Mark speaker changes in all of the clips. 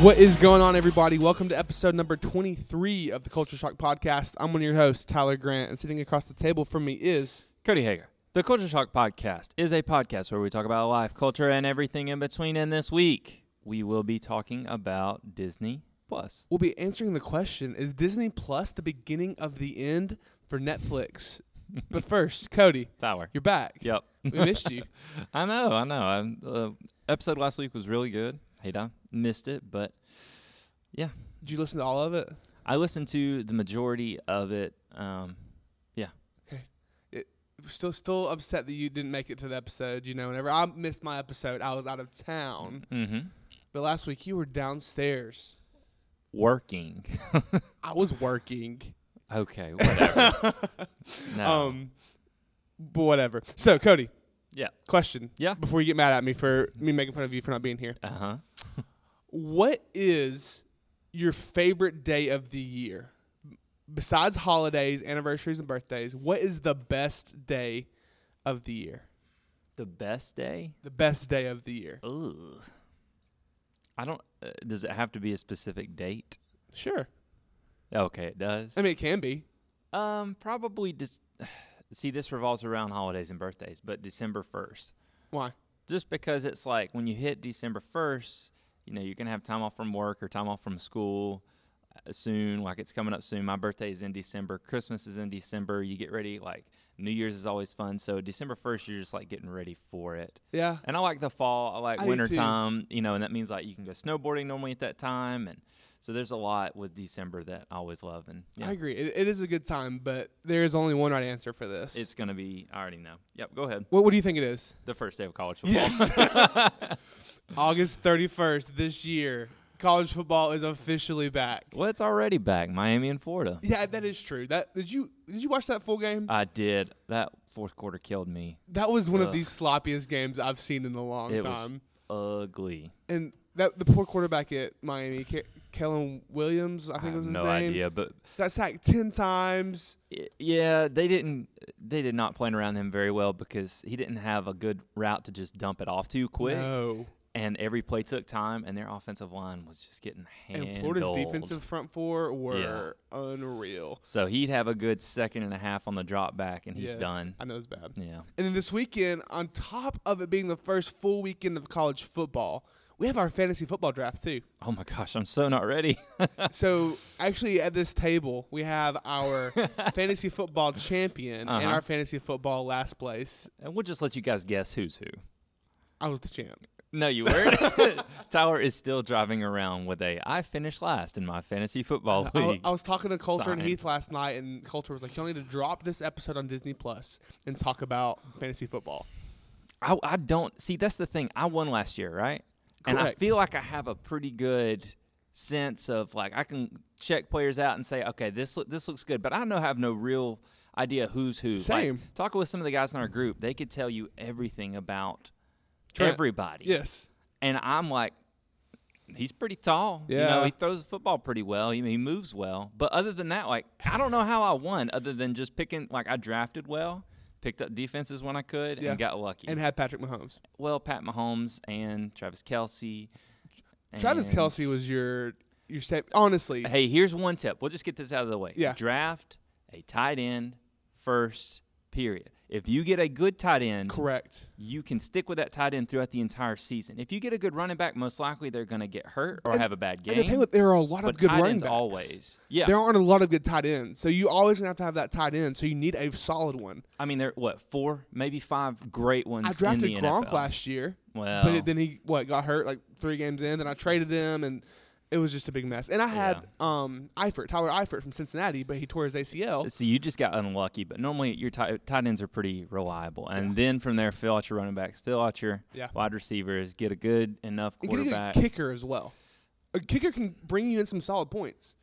Speaker 1: What is going on, everybody? Welcome to episode number 23 of the Culture Shock Podcast. I'm one of your hosts, Tyler Grant, and sitting across the table from me is.
Speaker 2: Cody Hager. The Culture Shock Podcast is a podcast where we talk about life, culture, and everything in between. And this week, we will be talking about Disney Plus.
Speaker 1: We'll be answering the question Is Disney Plus the beginning of the end for Netflix? but first, Cody,
Speaker 2: Tower.
Speaker 1: you're back.
Speaker 2: Yep.
Speaker 1: We missed you.
Speaker 2: I know. I know. I, the episode last week was really good. Hey, I missed it, but
Speaker 1: Did you listen to all of it?
Speaker 2: I listened to the majority of it. Um,
Speaker 1: Still, still upset that you didn't make it to the episode. You know, whenever I missed my episode, I was out of town.
Speaker 2: mhm.
Speaker 1: But last week, you were downstairs.
Speaker 2: Working.
Speaker 1: I was working.
Speaker 2: okay. Whatever. no.
Speaker 1: Um, but whatever. So, Cody.
Speaker 2: Oh. Yeah.
Speaker 1: Question.
Speaker 2: Yeah.
Speaker 1: Before you get mad at me for me making fun of you for not being here,
Speaker 2: uh huh.
Speaker 1: what is your favorite day of the year? Besides holidays, anniversaries, and birthdays, what is the best day of the year?
Speaker 2: The best day?
Speaker 1: The best day of the year.
Speaker 2: Ooh. I don't. Uh, does it have to be a specific date?
Speaker 1: Sure.
Speaker 2: Okay, it does.
Speaker 1: I mean, it can be.
Speaker 2: um, probably just see this revolves around holidays and birthdays, but December first,
Speaker 1: Why?
Speaker 2: just because it's like when you hit December first, you know you're gonna have time off from work or time off from school uh, soon. Like it's coming up soon. My birthday is in December. Christmas is in December. You get ready. Like New Year's is always fun. So December first, you're just like getting ready for it.
Speaker 1: Yeah.
Speaker 2: And I like the fall. I like
Speaker 1: I do
Speaker 2: winter
Speaker 1: too.
Speaker 2: time, you know, and that means like you can go snowboarding normally at that time. And so there's a lot with December that I always love. And yeah,
Speaker 1: I agree. It, it is a good time, but there is only one right answer for this.
Speaker 2: it's going to be, I already know. Yep, go ahead.
Speaker 1: what, what do you think it is?
Speaker 2: The first day of college football.
Speaker 1: Yes. August 31st this year, college football is officially back.
Speaker 2: Well, it's already back, Miami and Florida.
Speaker 1: Yeah, that is true. That did you did you watch that full game?
Speaker 2: I did. That fourth quarter killed me.
Speaker 1: That was one of
Speaker 2: Ugh.
Speaker 1: the sloppiest games I've seen in a long
Speaker 2: uh. It was-
Speaker 1: time.
Speaker 2: Ugly.
Speaker 1: and that the poor quarterback at Miami, Ke- Kellen Williams, I think was his
Speaker 2: have no
Speaker 1: name,
Speaker 2: idea, but
Speaker 1: got sacked ten times.
Speaker 2: y- yeah, they didn't. They did not plan around him very well because he didn't have a good route to just dump it off too quick.
Speaker 1: No.
Speaker 2: and every play took time, and their offensive line was just getting handled.
Speaker 1: And Florida's defensive front four were unreal.
Speaker 2: So he'd have a good second and a half on the drop back, and he's
Speaker 1: Yes,
Speaker 2: done.
Speaker 1: I know it's bad.
Speaker 2: Yeah.
Speaker 1: And then this weekend, on top of it being the first full weekend of college football, we have our fantasy football draft too.
Speaker 2: Oh my gosh, I'm so not ready.
Speaker 1: So actually, at this table, we have our fantasy football champion and
Speaker 2: Uh-huh.
Speaker 1: our fantasy football last place.
Speaker 2: and we'll just let you guys guess who's who.
Speaker 1: I was the champ.
Speaker 2: No, you weren't. Tyler is still driving around with a I finished last in my fantasy football
Speaker 1: I,
Speaker 2: league.
Speaker 1: I was talking to Coulter and
Speaker 2: Sign.
Speaker 1: Heath last night, and Coulter was like, "Y'all need to drop this episode on Disney Plus and talk about fantasy football."
Speaker 2: I, I don't see. That's the thing. I won last year, right? And I
Speaker 1: Correct.
Speaker 2: feel like I have a pretty good sense of like I can check players out and say, okay, this loo- this looks good, but I know have no real idea who's who. Like,
Speaker 1: Same.
Speaker 2: talking with some of the guys in our group, they could tell you everything about
Speaker 1: Trent.
Speaker 2: everybody.
Speaker 1: Yes,
Speaker 2: And I'm like, he's pretty tall. You
Speaker 1: Yeah.
Speaker 2: know, he throws the football pretty well. He, he moves well. But other than that, like, I don't know how I won other than just picking, like, I drafted well, picked up defenses when I could,
Speaker 1: Yeah.
Speaker 2: and got lucky.
Speaker 1: and had Patrick Mahomes.
Speaker 2: well, Pat Mahomes and Travis Kelsey.
Speaker 1: Travis Kelsey was your your sa- honestly.
Speaker 2: Hey, here's one tip. We'll just get this out of the way.
Speaker 1: Yeah.
Speaker 2: Draft a tight end first, period. If you get a good tight end,
Speaker 1: Correct.
Speaker 2: you can stick with that tight end throughout the entire season. If you get a good running back, most likely they're going to get hurt or have a bad game.
Speaker 1: And the thing with there are a lot
Speaker 2: but
Speaker 1: of good
Speaker 2: tight
Speaker 1: running
Speaker 2: ends
Speaker 1: backs.
Speaker 2: always. Yeah.
Speaker 1: There aren't a lot of good tight ends, so you always gonna have to have that tight end. So you need a solid one.
Speaker 2: I mean, there what four, maybe five great ones.
Speaker 1: I drafted
Speaker 2: in the
Speaker 1: Gronk
Speaker 2: NFL.
Speaker 1: last year,
Speaker 2: Well,
Speaker 1: but it, then he what got hurt like three games in. Then I traded him, and it was just a big mess. And I had um Eifert, Tyler Eifert from Cincinnati, but he tore his ACL.
Speaker 2: see, you just got unlucky. But normally, your tight, tight ends are pretty reliable, and then from there, fill out your running backs, fill out your
Speaker 1: Yeah.
Speaker 2: wide receivers, get a good enough
Speaker 1: And get a
Speaker 2: quarterback.
Speaker 1: good kicker as well. A kicker can bring you in some solid points.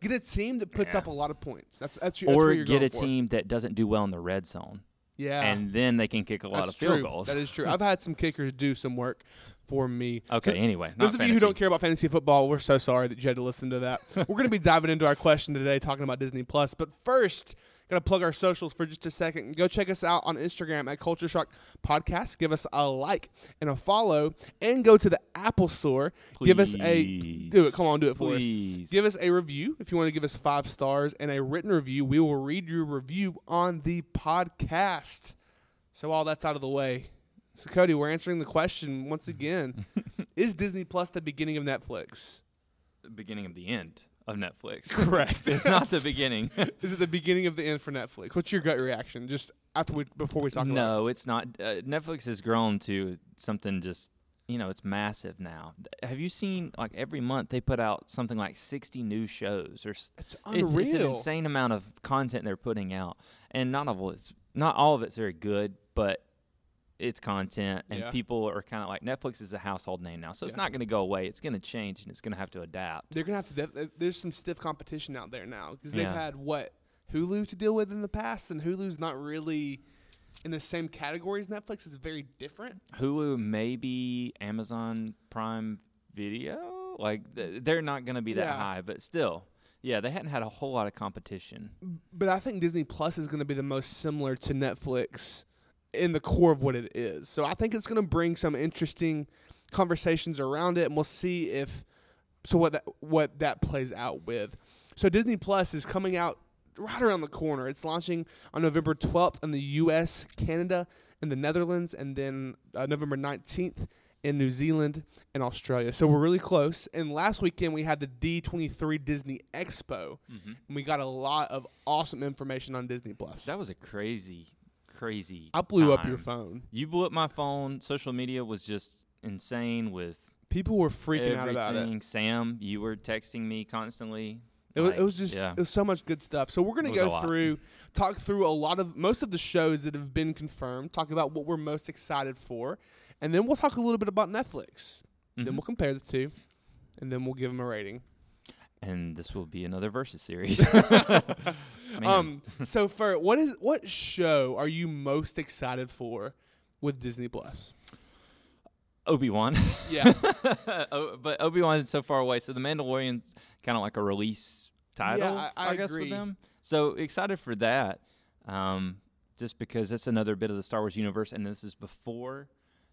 Speaker 1: Get a team that puts
Speaker 2: Yeah.
Speaker 1: up a lot of points. That's that's, your, that's
Speaker 2: or
Speaker 1: where you're
Speaker 2: get
Speaker 1: going
Speaker 2: a
Speaker 1: for.
Speaker 2: team that doesn't do well in the red zone,
Speaker 1: Yeah,
Speaker 2: and then they can kick a lot
Speaker 1: that's
Speaker 2: of field
Speaker 1: true.
Speaker 2: goals.
Speaker 1: That is true. I've had some kickers do some work for me.
Speaker 2: Okay. anyway, not
Speaker 1: Those of you who don't
Speaker 2: fantasy.
Speaker 1: care about fantasy football, we're so sorry that you had to listen to that. we're going to be diving into our question today, talking about Disney Plus. But first, got to plug our socials for just a second. Go check us out on Instagram at Culture Shock Podcast. Give us a like and a follow, and go to the Apple Store. Give us a do it. Come on, do it for us.
Speaker 2: Please.
Speaker 1: Give us a review if you want to give us five stars and a written review. We will read your review on the podcast. So all that's out of the way. So Cody, we're answering the question once again: Is Disney Plus the beginning of Netflix?
Speaker 2: the beginning of the end of Netflix.
Speaker 1: Correct.
Speaker 2: it's not the beginning.
Speaker 1: Is it the beginning of the end for Netflix? What's your gut reaction? Just after we, before we talk about
Speaker 2: no, it's not. Uh, Netflix has grown to something just you know it's massive now. Th- Have you seen like every month they put out something like sixty new shows or s-
Speaker 1: it, it's
Speaker 2: it's,
Speaker 1: unreal.
Speaker 2: it's an insane amount of content they're putting out, and not all of it's not all of it's very good, but it's content, and
Speaker 1: Yeah.
Speaker 2: people are kind of like Netflix is a household name now, so it's
Speaker 1: Yeah.
Speaker 2: not going to go away. It's going to change, and it's going to have to adapt.
Speaker 1: They're gonna have to. Def- there's some stiff competition out there now because they've
Speaker 2: Yeah.
Speaker 1: had what Hulu to deal with in the past, and Hulu's not really in the same category as Netflix. It's very different.
Speaker 2: Hulu, maybe Amazon Prime Video. Like th- they're not going to be that
Speaker 1: Yeah.
Speaker 2: high, but still, yeah, they hadn't had a whole lot of competition.
Speaker 1: But I think Disney Plus is going to be the most similar to Netflix in the core of what it is. So I think it's going to bring some interesting conversations around it, and we'll see if so what that what that plays out with. So Disney Plus is coming out right around the corner. It's launching on November 12th in the U.S., Canada, and the Netherlands, and then uh, November 19th in New Zealand and Australia. So we're really close. And last weekend we had the D23 Disney Expo and we got a lot of awesome information on Disney Plus.
Speaker 2: That was a crazy, crazy.
Speaker 1: I blew up
Speaker 2: time.
Speaker 1: your phone.
Speaker 2: You blew up my phone. Social media was just insane with
Speaker 1: People were freaking
Speaker 2: everything.
Speaker 1: out about it.
Speaker 2: Sam, you were texting me constantly.
Speaker 1: It was,
Speaker 2: Like,
Speaker 1: it was just
Speaker 2: yeah.
Speaker 1: it was so much good stuff. So we're gonna
Speaker 2: It was a
Speaker 1: go
Speaker 2: lot.
Speaker 1: through, talk through a lot of most of the shows that have been confirmed. Talk about what we're most excited for, and then we'll talk a little bit about Netflix. Then
Speaker 2: Mhm.
Speaker 1: we'll compare the two, and then we'll give them a rating.
Speaker 2: and this will be another versus series. Man.
Speaker 1: Um. so for what is what show are you most excited for with Disney Plus?
Speaker 2: Obi Wan.
Speaker 1: Yeah.
Speaker 2: oh, but Obi Wan is so far away. So the Mandalorian's kind of like a release title,
Speaker 1: Yeah, I- I
Speaker 2: guess,
Speaker 1: agree.
Speaker 2: for them. So excited for that, um, just because that's another bit of the Star Wars universe, and this is before,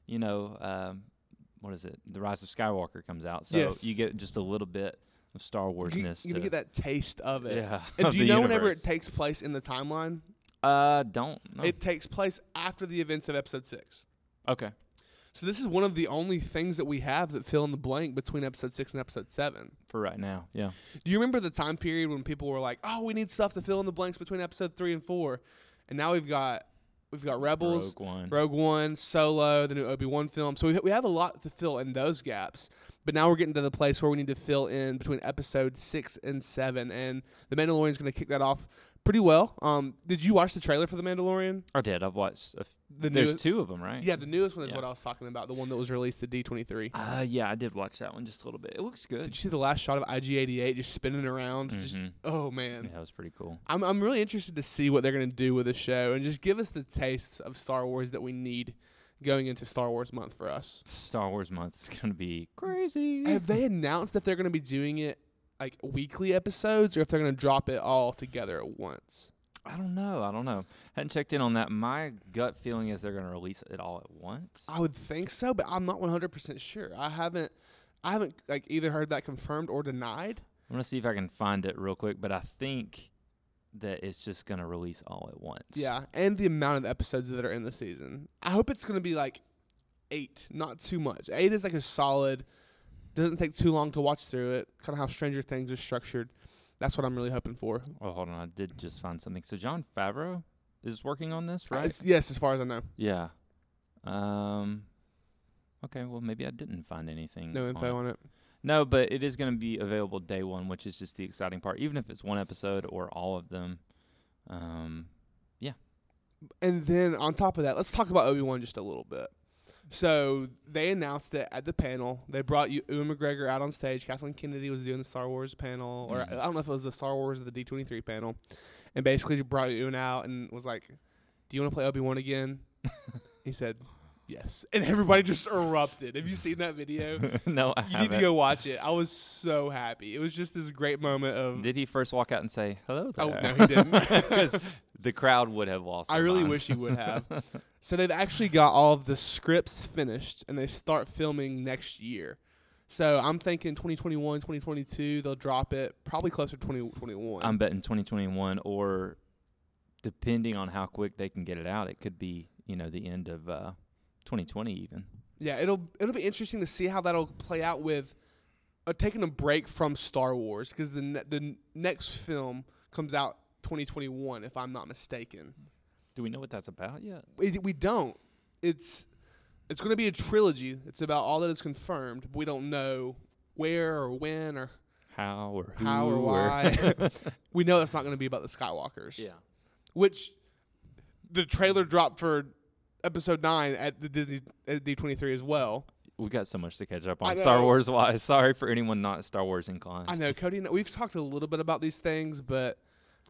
Speaker 2: you know, um, what is it? The Rise of Skywalker comes out, so
Speaker 1: Yes.
Speaker 2: you get just a little bit of Star Warsness.
Speaker 1: you, you
Speaker 2: to-
Speaker 1: get that taste of it.
Speaker 2: yeah.
Speaker 1: And
Speaker 2: of
Speaker 1: do you
Speaker 2: the
Speaker 1: know whenever
Speaker 2: universe.
Speaker 1: it takes place in the timeline?
Speaker 2: uh, don't. know.
Speaker 1: It takes place after the events of episode six.
Speaker 2: okay.
Speaker 1: So this is one of the only things that we have that fill in the blank between episode six and episode seven.
Speaker 2: For right now, yeah.
Speaker 1: Do you remember the time period when people were like, "Oh, we need stuff to fill in the blanks between episode three and four. and now we've got we've got Rebels,
Speaker 2: Rogue One.
Speaker 1: Rogue One, Solo, the new Obi Wan film. So we, we have a lot to fill in those gaps. But now we're getting to the place where we need to fill in between episode six and seven, and The Mandalorian's going to kick that off pretty well. Um, did you watch the trailer for The Mandalorian?
Speaker 2: I did. I've watched. A f-
Speaker 1: The
Speaker 2: There's
Speaker 1: newest-
Speaker 2: two of them, right?
Speaker 1: Yeah, the newest one is
Speaker 2: Yeah.
Speaker 1: what I was talking about, the one that was released at D23.
Speaker 2: Uh, yeah, I did watch that one just a little bit. It looks
Speaker 1: Did
Speaker 2: good.
Speaker 1: you see the last shot of IG88 just spinning around? Just,
Speaker 2: Mhm.
Speaker 1: oh man,
Speaker 2: Yeah, that was pretty cool.
Speaker 1: I'm I'm really interested to see what they're gonna do with the show and just give us the taste of Star Wars that we need going into Star Wars month for us.
Speaker 2: Star Wars month is gonna be crazy.
Speaker 1: Have they announced if they're gonna be doing it like weekly episodes or if they're gonna drop it all together at once?
Speaker 2: I don't know. I don't know. Hadn't checked in on that. My gut feeling is they're gonna release it all at once.
Speaker 1: I would think so, but I'm not 100% sure. I haven't. I haven't like either heard that confirmed or denied.
Speaker 2: I'm gonna see if I can find it real quick, but I think that it's just gonna release all at once.
Speaker 1: Yeah, and the amount of episodes that are in the season. I hope it's going to be like eight, not too much. Eight is like a solid. Doesn't take too long to watch through it. Kind of how Stranger Things is structured. That's what I'm really hoping for.
Speaker 2: Oh, hold on. I did just find something. So John Favreau is working on this,
Speaker 1: Uh,
Speaker 2: right?
Speaker 1: it's- yes, as far as I know,
Speaker 2: yeah. Um. Okay. Well, maybe I didn't find anything.
Speaker 1: no
Speaker 2: on it.
Speaker 1: info on it.
Speaker 2: No, but it is going to be available day one, which is just the exciting part. Even if it's one episode or all of them, um,
Speaker 1: And then on top of that, let's talk about Obi Wan just a little bit. So they announced it at the panel. They brought you Ewan McGregor out on stage. Kathleen Kennedy was doing the Star Wars panel, or
Speaker 2: Mhm.
Speaker 1: I don't know if it was the Star Wars or the D twenty three panel, and basically brought Ewan out and was like, "Do you want to play Obi Wan again?" he said, Yes. And everybody just erupted. Have you seen that video?
Speaker 2: no, I
Speaker 1: You
Speaker 2: haven't.
Speaker 1: need to go watch it. I was so happy. It was just this great moment of.
Speaker 2: Did he first walk out and say hello?
Speaker 1: Oh,
Speaker 2: There?
Speaker 1: no, he didn't.
Speaker 2: Because the crowd would have lost.
Speaker 1: I
Speaker 2: their
Speaker 1: really
Speaker 2: minds.
Speaker 1: wish he would have. so they've actually got all of the scripts finished and they start filming next year. So I'm thinking 2021, 2022, they'll drop it probably closer to 2021.
Speaker 2: I'm betting 2021, or depending on how quick they can get it out, it could be you know the end of uh, 2020 even.
Speaker 1: yeah, it'll it'll be interesting to see how that'll play out with uh, taking a break from Star Wars because the ne- the n- next film comes out 2021 if I'm not mistaken.
Speaker 2: Do we know what that's about yet?
Speaker 1: We, we don't. It's it's going to be a trilogy. It's about all that is confirmed. But we don't know where or when or
Speaker 2: How or who
Speaker 1: how or why. we know it's not going to be about the Skywalkers.
Speaker 2: yeah.
Speaker 1: Which the trailer dropped for episode nine at the Disney at D23 as well.
Speaker 2: We got so much to catch up
Speaker 1: I
Speaker 2: on Star
Speaker 1: know.
Speaker 2: Wars wise. Sorry for anyone not Star Wars inclined.
Speaker 1: I know Cody and we've talked a little bit about these things, but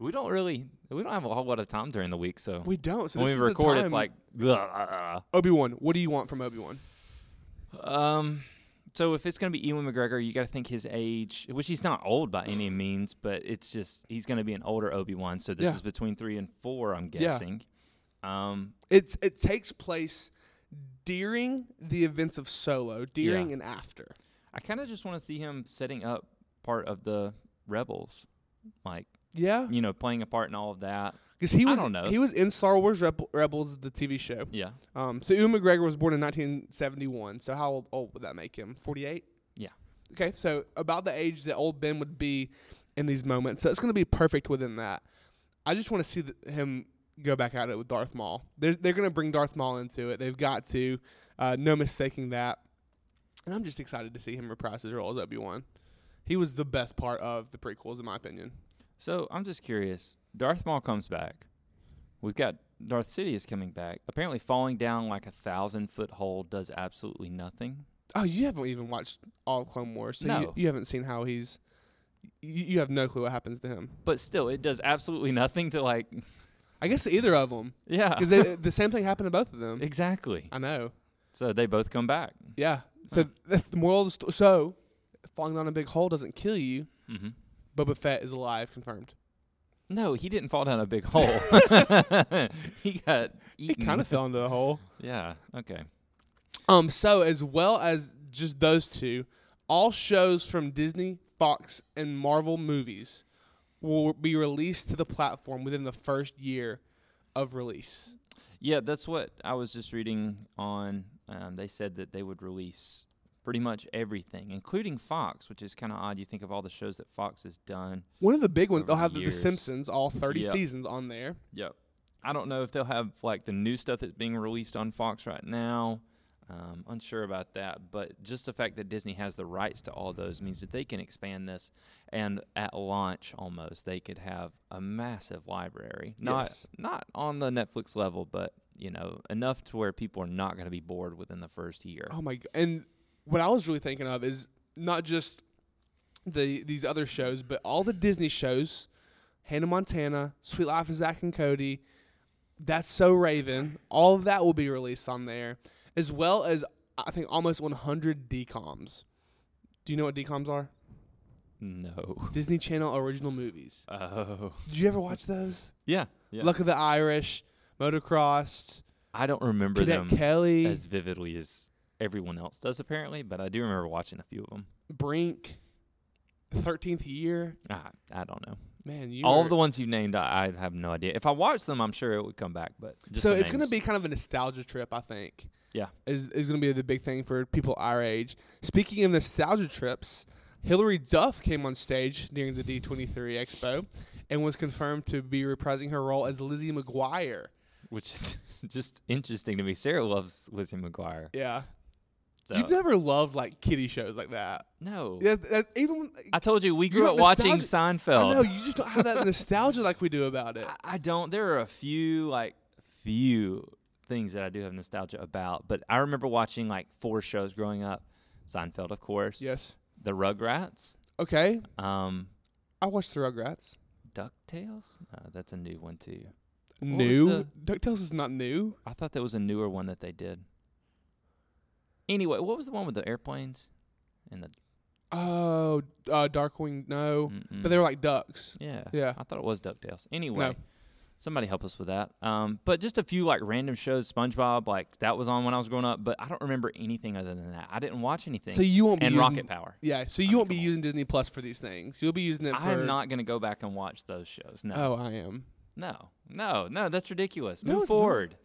Speaker 2: we don't really we don't have a whole lot of time during the week, so
Speaker 1: we don't. So
Speaker 2: when we
Speaker 1: this is
Speaker 2: record,
Speaker 1: the
Speaker 2: it's like. "Ugh."
Speaker 1: Obi Wan. What do you want from Obi Wan?
Speaker 2: Um, so if it's going to be Ewan McGregor, you got to think his age, which he's not old by any means, but it's just he's going to be an older Obi Wan. So this
Speaker 1: Yeah.
Speaker 2: is between three and four, I'm
Speaker 1: Yeah.
Speaker 2: guessing. Um,
Speaker 1: It's it takes place during the events of Solo, during
Speaker 2: Yeah.
Speaker 1: and after.
Speaker 2: I kind of just want to see him setting up part of the Rebels, like
Speaker 1: Yeah,
Speaker 2: you know, playing a part in all of that.
Speaker 1: because he
Speaker 2: I
Speaker 1: was
Speaker 2: don't know.
Speaker 1: he was in Star Wars Rebel, Rebels, the TV show.
Speaker 2: Yeah,
Speaker 1: Um, so Ewan McGregor was born in 1971. So how old, old would that make him? 48.
Speaker 2: Yeah.
Speaker 1: Okay, so about the age that old Ben would be in these moments. So it's going to be perfect within that. I just want to see th- him go back at it with Darth Maul. They're, they're going to bring Darth Maul into it. They've got to. Uh, no mistaking that. And I'm just excited to see him reprise his role as Obi Wan. He was the best part of the prequels, in my opinion.
Speaker 2: So I'm just curious. Darth Maul comes back. We've got Darth Sidious coming back. Apparently, falling down like a thousand foot hole does absolutely nothing.
Speaker 1: Oh, you haven't even watched all of Clone Wars, so you,
Speaker 2: No.
Speaker 1: you haven't seen how he's. You, you have no clue what happens to him.
Speaker 2: But still, it does absolutely nothing to like.
Speaker 1: I guess either of them,
Speaker 2: Yeah.
Speaker 1: because the same thing happened to both of them.
Speaker 2: Exactly.
Speaker 1: I know.
Speaker 2: So they both come back.
Speaker 1: Yeah. So th- the moral of the sto- so falling down a big hole doesn't kill you.
Speaker 2: Mm-hmm.
Speaker 1: Boba Fett is alive, confirmed.
Speaker 2: No, he didn't fall down a big hole. he got
Speaker 1: He
Speaker 2: eaten.
Speaker 1: kind of fell into the hole.
Speaker 2: Yeah. Okay.
Speaker 1: Um. So as well as just those two, all shows from Disney, Fox, and Marvel movies will be released to the platform within the first year of release.
Speaker 2: Yeah, that's what I was just reading on. Um, they said that they would release pretty much everything, including Fox, which is kind of odd. You think of all the shows that Fox has done.
Speaker 1: One of the big ones
Speaker 2: Over
Speaker 1: they'll
Speaker 2: the
Speaker 1: have the, the
Speaker 2: years.
Speaker 1: Simpsons, all thirty
Speaker 2: Yeah.
Speaker 1: seasons on there.
Speaker 2: Yep. I don't know if they'll have like the new stuff that's being released on Fox right now. Um, unsure about that, but just the fact that Disney has the rights to all those means that they can expand this, and at launch almost they could have a massive library. Not
Speaker 1: Yes.
Speaker 2: not on the Netflix level, but you know enough to where people are not going to be bored within the first year.
Speaker 1: Oh my! g- And what I was really thinking of is not just the these other shows, but all the Disney shows, Hannah Montana, Sweet Life of Zach and Cody, That's So Raven. All of that will be released on there, as well as I think almost 100 DComs. Do you know what DComs are?
Speaker 2: No.
Speaker 1: Disney Channel original movies.
Speaker 2: Oh.
Speaker 1: Did you ever watch those?
Speaker 2: Yeah. yeah.
Speaker 1: Luck of the Irish, Motocross,
Speaker 2: I don't remember
Speaker 1: Cadet
Speaker 2: them
Speaker 1: Kelly,
Speaker 2: as vividly as everyone else does apparently, but I do remember watching a few of them.
Speaker 1: Brink, 13th Year.
Speaker 2: I, Ah, I don't know.
Speaker 1: Man, you
Speaker 2: All
Speaker 1: are-
Speaker 2: of the ones you've named, I, I have no idea. If I watched them, I'm sure it would come back. But just
Speaker 1: so
Speaker 2: the
Speaker 1: it's going to
Speaker 2: names.
Speaker 1: be kind of a nostalgia trip, I think.
Speaker 2: Yeah.
Speaker 1: Is is going to be the big thing for people our age. Speaking of nostalgia trips, Hilary Duff came on stage during the D23 Expo and was confirmed to be reprising her role as Lizzie McGuire.
Speaker 2: which is just interesting to me. Sarah loves Lizzie McGuire.
Speaker 1: Yeah.
Speaker 2: So
Speaker 1: You've never loved like kiddie shows like that.
Speaker 2: no,
Speaker 1: Yeah, that, even when,
Speaker 2: I told you we
Speaker 1: You
Speaker 2: grew
Speaker 1: don't
Speaker 2: up watching
Speaker 1: I
Speaker 2: Seinfeld.
Speaker 1: know you just don't have that nostalgia like we do about it.
Speaker 2: I, I don't. There are a few like few things that I do have nostalgia about, but I remember watching like four shows growing up. Seinfeld, of course.
Speaker 1: Yes.
Speaker 2: The Rugrats.
Speaker 1: Okay.
Speaker 2: Um,
Speaker 1: I watched the Rugrats.
Speaker 2: Ducktales. No, that's a new one too. What was
Speaker 1: New
Speaker 2: the-
Speaker 1: DuckTales is not new.
Speaker 2: I thought that was a newer one that they did. Anyway, what was the one with the airplanes and the?
Speaker 1: Oh, uh, Darkwing. No,
Speaker 2: Mm-mm.
Speaker 1: but they were like ducks.
Speaker 2: yeah,
Speaker 1: Yeah.
Speaker 2: I thought it was Ducktales. Anyway, somebody help us with that. Um, but just a few like random shows, SpongeBob, like that was on when I was growing up. But I don't remember anything other than that. I didn't watch anything.
Speaker 1: So you won't be
Speaker 2: and
Speaker 1: using,
Speaker 2: Rocket Power.
Speaker 1: Yeah, so you
Speaker 2: mean,
Speaker 1: won't be
Speaker 2: come on.
Speaker 1: using Disney Plus for these things. You'll be using it.
Speaker 2: I
Speaker 1: for-
Speaker 2: am not gonna go back and watch those shows. No,
Speaker 1: Oh, I am.
Speaker 2: no, no, no. That's ridiculous.
Speaker 1: No,
Speaker 2: Move
Speaker 1: it's not.
Speaker 2: forward.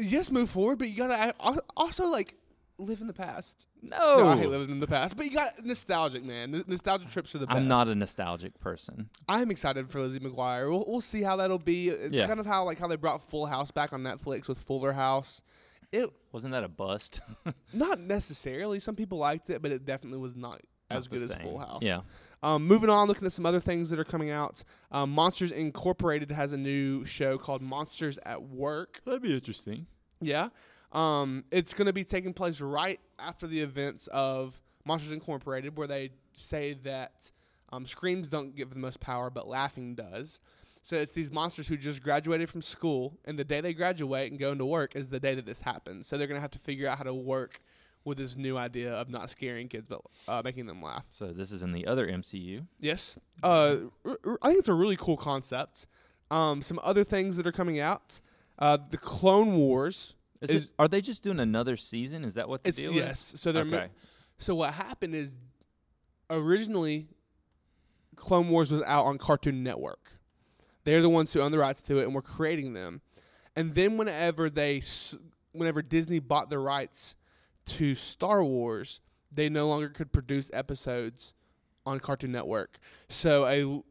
Speaker 1: Yes, move forward, but you gotta I- al- also like live in the past.
Speaker 2: No,
Speaker 1: No, I hate living in the past, but you got nostalgic, man. N- nostalgia trips are the best.
Speaker 2: I'm not a nostalgic person.
Speaker 1: I'm excited for Lizzie McGuire. We'll, we'll see how that'll be. It's
Speaker 2: Yeah.
Speaker 1: kind of how like how they brought Full House back on Netflix with Fuller House. It
Speaker 2: Wasn't that a bust?
Speaker 1: not necessarily. Some people liked it, but it definitely was not as
Speaker 2: Not the
Speaker 1: good as
Speaker 2: same.
Speaker 1: Full House.
Speaker 2: Yeah.
Speaker 1: Um, moving on, looking at some other things that are coming out. Um, Monsters Incorporated has a new show called Monsters at Work.
Speaker 2: That'd be interesting.
Speaker 1: Yeah. Um, it's going to be taking place right after the events of Monsters Incorporated, where they say that um, screams don't give the most power, but laughing does. So it's these monsters who just graduated from school, and the day they graduate and go into work is the day that this happens. So they're going to have to figure out how to work with this new idea of not scaring kids, but uh, making them laugh.
Speaker 2: So this is in the other MCU.
Speaker 1: Yes. Uh, r- r- I think it's a really cool concept. Um, some other things that are coming out. Uh, the Clone Wars.
Speaker 2: Is
Speaker 1: Is-
Speaker 2: it, are they just doing another season? Is that what the
Speaker 1: It's
Speaker 2: deal
Speaker 1: yes.
Speaker 2: is?
Speaker 1: So they're mo-
Speaker 2: Okay.
Speaker 1: so what happened is originally Clone Wars was out on Cartoon Network. They're the ones who own the rights to it and were creating them. And then whenever they s- whenever Disney bought the rights to Star Wars, they no longer could produce episodes on Cartoon Network. So a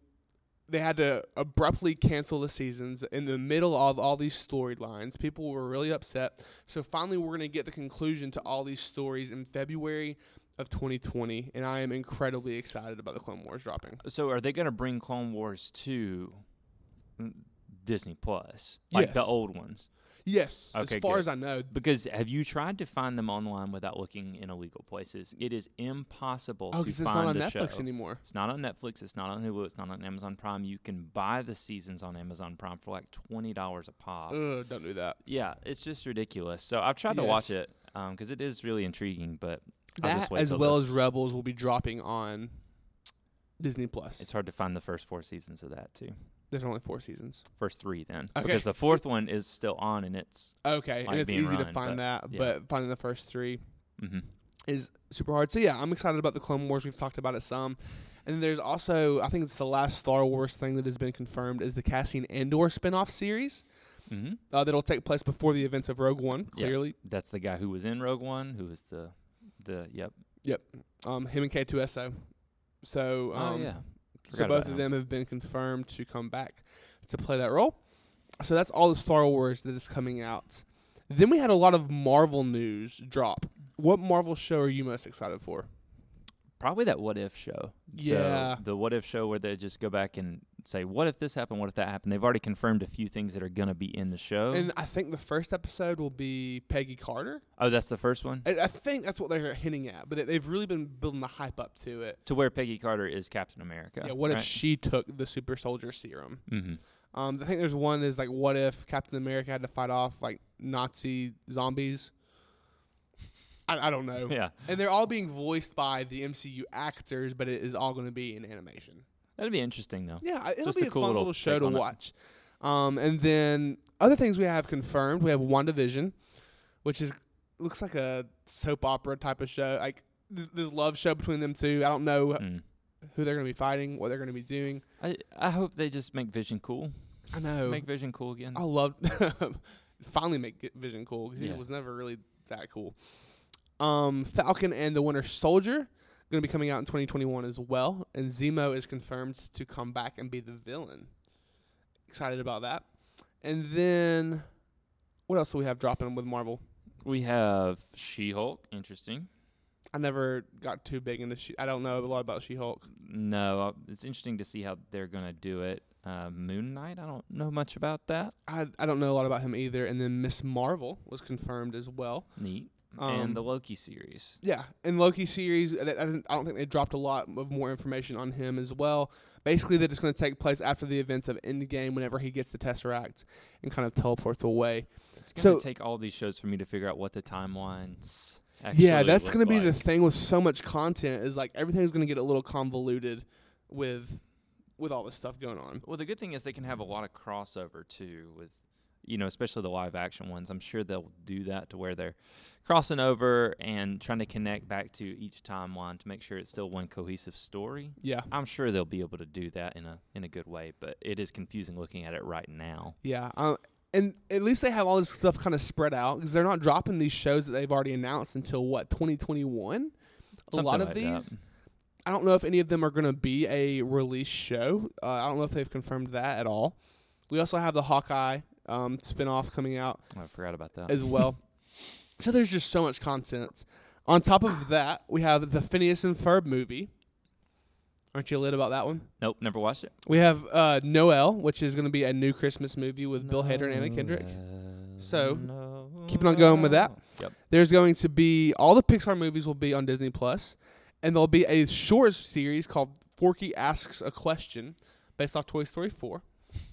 Speaker 1: they had to abruptly cancel the seasons in the middle of all these storylines. People were really upset. So finally, we're going to get the conclusion to all these stories in February of 2020, and I am incredibly excited about the Clone Wars dropping.
Speaker 2: So are they going to bring Clone Wars to mm, Disney Plus, like the
Speaker 1: Yes.
Speaker 2: old ones?
Speaker 1: Yes,
Speaker 2: Okay,
Speaker 1: as far
Speaker 2: good.
Speaker 1: as I know,
Speaker 2: Because have you tried to find them online without looking in illegal places? It is impossible
Speaker 1: oh,
Speaker 2: to
Speaker 1: because it's
Speaker 2: find
Speaker 1: not on
Speaker 2: a
Speaker 1: Netflix
Speaker 2: show.
Speaker 1: anymore.
Speaker 2: It's not on Netflix. It's not on Hulu. It's not on Amazon Prime. You can buy the seasons on Amazon Prime for like twenty dollars a pop.
Speaker 1: Ugh, don't do that.
Speaker 2: Yeah, it's just ridiculous. So I've tried to watch
Speaker 1: Yes.
Speaker 2: it because it is really intriguing, but I'll
Speaker 1: That
Speaker 2: just wait
Speaker 1: as
Speaker 2: till
Speaker 1: well
Speaker 2: this-
Speaker 1: as Rebels will be dropping on Disney Plus.
Speaker 2: it's hard to find the first four seasons of that too.
Speaker 1: There's only four seasons.
Speaker 2: First three, then
Speaker 1: Okay.
Speaker 2: because the fourth one is still on, and it's
Speaker 1: Okay,
Speaker 2: Might
Speaker 1: and it's
Speaker 2: be in
Speaker 1: easy to
Speaker 2: Ryan,
Speaker 1: find
Speaker 2: but-
Speaker 1: that,
Speaker 2: yeah.
Speaker 1: but finding the first three
Speaker 2: hmm
Speaker 1: is super hard. So yeah, I'm excited about the Clone Wars. We've talked about it some. And then there's also, I think it's the last Star Wars thing that has been confirmed is the Cassian Andor spin-off series
Speaker 2: hmm
Speaker 1: uh, that'll take place before the events of Rogue One.
Speaker 2: Yeah.
Speaker 1: Clearly,
Speaker 2: that's the guy who was in Rogue One, who was the the yep. Oh,
Speaker 1: um, him and K2SO. So, um,
Speaker 2: oh yeah,
Speaker 1: so both of them have been confirmed to come back to play that role. So that's all the Star Wars that is coming out. Then we had a lot of Marvel news drop. What Marvel show are you most excited for?
Speaker 2: probably that what if show.
Speaker 1: Yeah.
Speaker 2: so the what if show where they just go back and say what if this happened, what if that happened. They've already confirmed a few things that are gonna be in the show.
Speaker 1: And I think the first episode will be Peggy Carter.
Speaker 2: oh, that's the first one.
Speaker 1: I, I think that's what they're hinting at, but they- they've really been building the hype up to it.
Speaker 2: to where Peggy Carter is Captain America.
Speaker 1: Yeah, what if she took the super soldier serum?
Speaker 2: mm-hmm.
Speaker 1: Um, I think there's one is like, what if Captain America had to fight off like Nazi zombies? I, I don't know.
Speaker 2: Yeah,
Speaker 1: And they're all being voiced by the MCU actors, but it is all going to be in animation.
Speaker 2: that'd be interesting though.
Speaker 1: Yeah, I- it'll
Speaker 2: Just
Speaker 1: be
Speaker 2: a
Speaker 1: a,
Speaker 2: cool
Speaker 1: fun
Speaker 2: little
Speaker 1: little, show
Speaker 2: take
Speaker 1: to
Speaker 2: on it.
Speaker 1: watch. Um, and then other things we have confirmed, we have WandaVision, which is looks like a soap opera type of show, like th- this love show between them two. I don't know
Speaker 2: Mm.
Speaker 1: who they're going to be fighting, what they're going to be doing.
Speaker 2: I I hope they just make Vision cool.
Speaker 1: I know.
Speaker 2: Make Vision cool again.
Speaker 1: I love finally make Get Vision cool because
Speaker 2: Mm. Yeah.
Speaker 1: he was never really that cool. Um, Falcon and the Winter Soldier going to be coming out in 2021 as well, and Zemo is confirmed to come back and be the villain. Excited about that. And then what else do we have dropping with Marvel?
Speaker 2: We have She Hulk. Interesting.
Speaker 1: I never got too big into. She- I don't know a lot about She-Hulk.
Speaker 2: No, I- it's interesting to see how they're gonna do it. Uh, Moon Knight. I don't know much about that.
Speaker 1: I I don't know a lot about him either. And then Miss Marvel was confirmed as well.
Speaker 2: Neat.
Speaker 1: Um,
Speaker 2: and the Loki series.
Speaker 1: Yeah, in Loki series, I, I didn't- I don't think they dropped a lot of more information on him as well. Basically, that it's going to take place after the events of Endgame, whenever he gets the Tesseract and kind of teleports away.
Speaker 2: It's
Speaker 1: so-
Speaker 2: gonna take all these shows for me to figure out what the timelines
Speaker 1: yeah,
Speaker 2: actually
Speaker 1: that's
Speaker 2: look
Speaker 1: going to be the
Speaker 2: like.
Speaker 1: thing with so much content is like everything's going to get a little convoluted with with all this stuff going on.
Speaker 2: Well, the good thing is they can have a lot of crossover too with, you know, especially the live action ones. I'm sure they'll do that to where they're crossing over and trying to connect back to each timeline to make sure it's still one cohesive story.
Speaker 1: Yeah.
Speaker 2: I'm sure they'll be able to do that in a in a good way, but it is confusing looking at it right now.
Speaker 1: Yeah. Um, and at least they have all this stuff kind of spread out because they're not dropping these shows that they've already announced until what 2021. A
Speaker 2: Something
Speaker 1: lot of
Speaker 2: like that.
Speaker 1: these, I don't know if any of them are going to be a release show. Uh, I don't know if they've confirmed that at all. We also have the Hawkeye um, spinoff coming out
Speaker 2: Oh, I forgot about that.
Speaker 1: as well. so there's just so much content. On top of that, we have the Phineas and Ferb movie. Aren't you lit about that one?
Speaker 2: nope, never watched it.
Speaker 1: We have uh, Noel, which is going to be a new Christmas movie with Bill Hader and Anna Kendrick. So, keeping on going with that.
Speaker 2: Yep.
Speaker 1: There's going to be all the Pixar movies will be on Disney Plus, and there'll be a short series called Forky Asks a Question, based off Toy Story 4,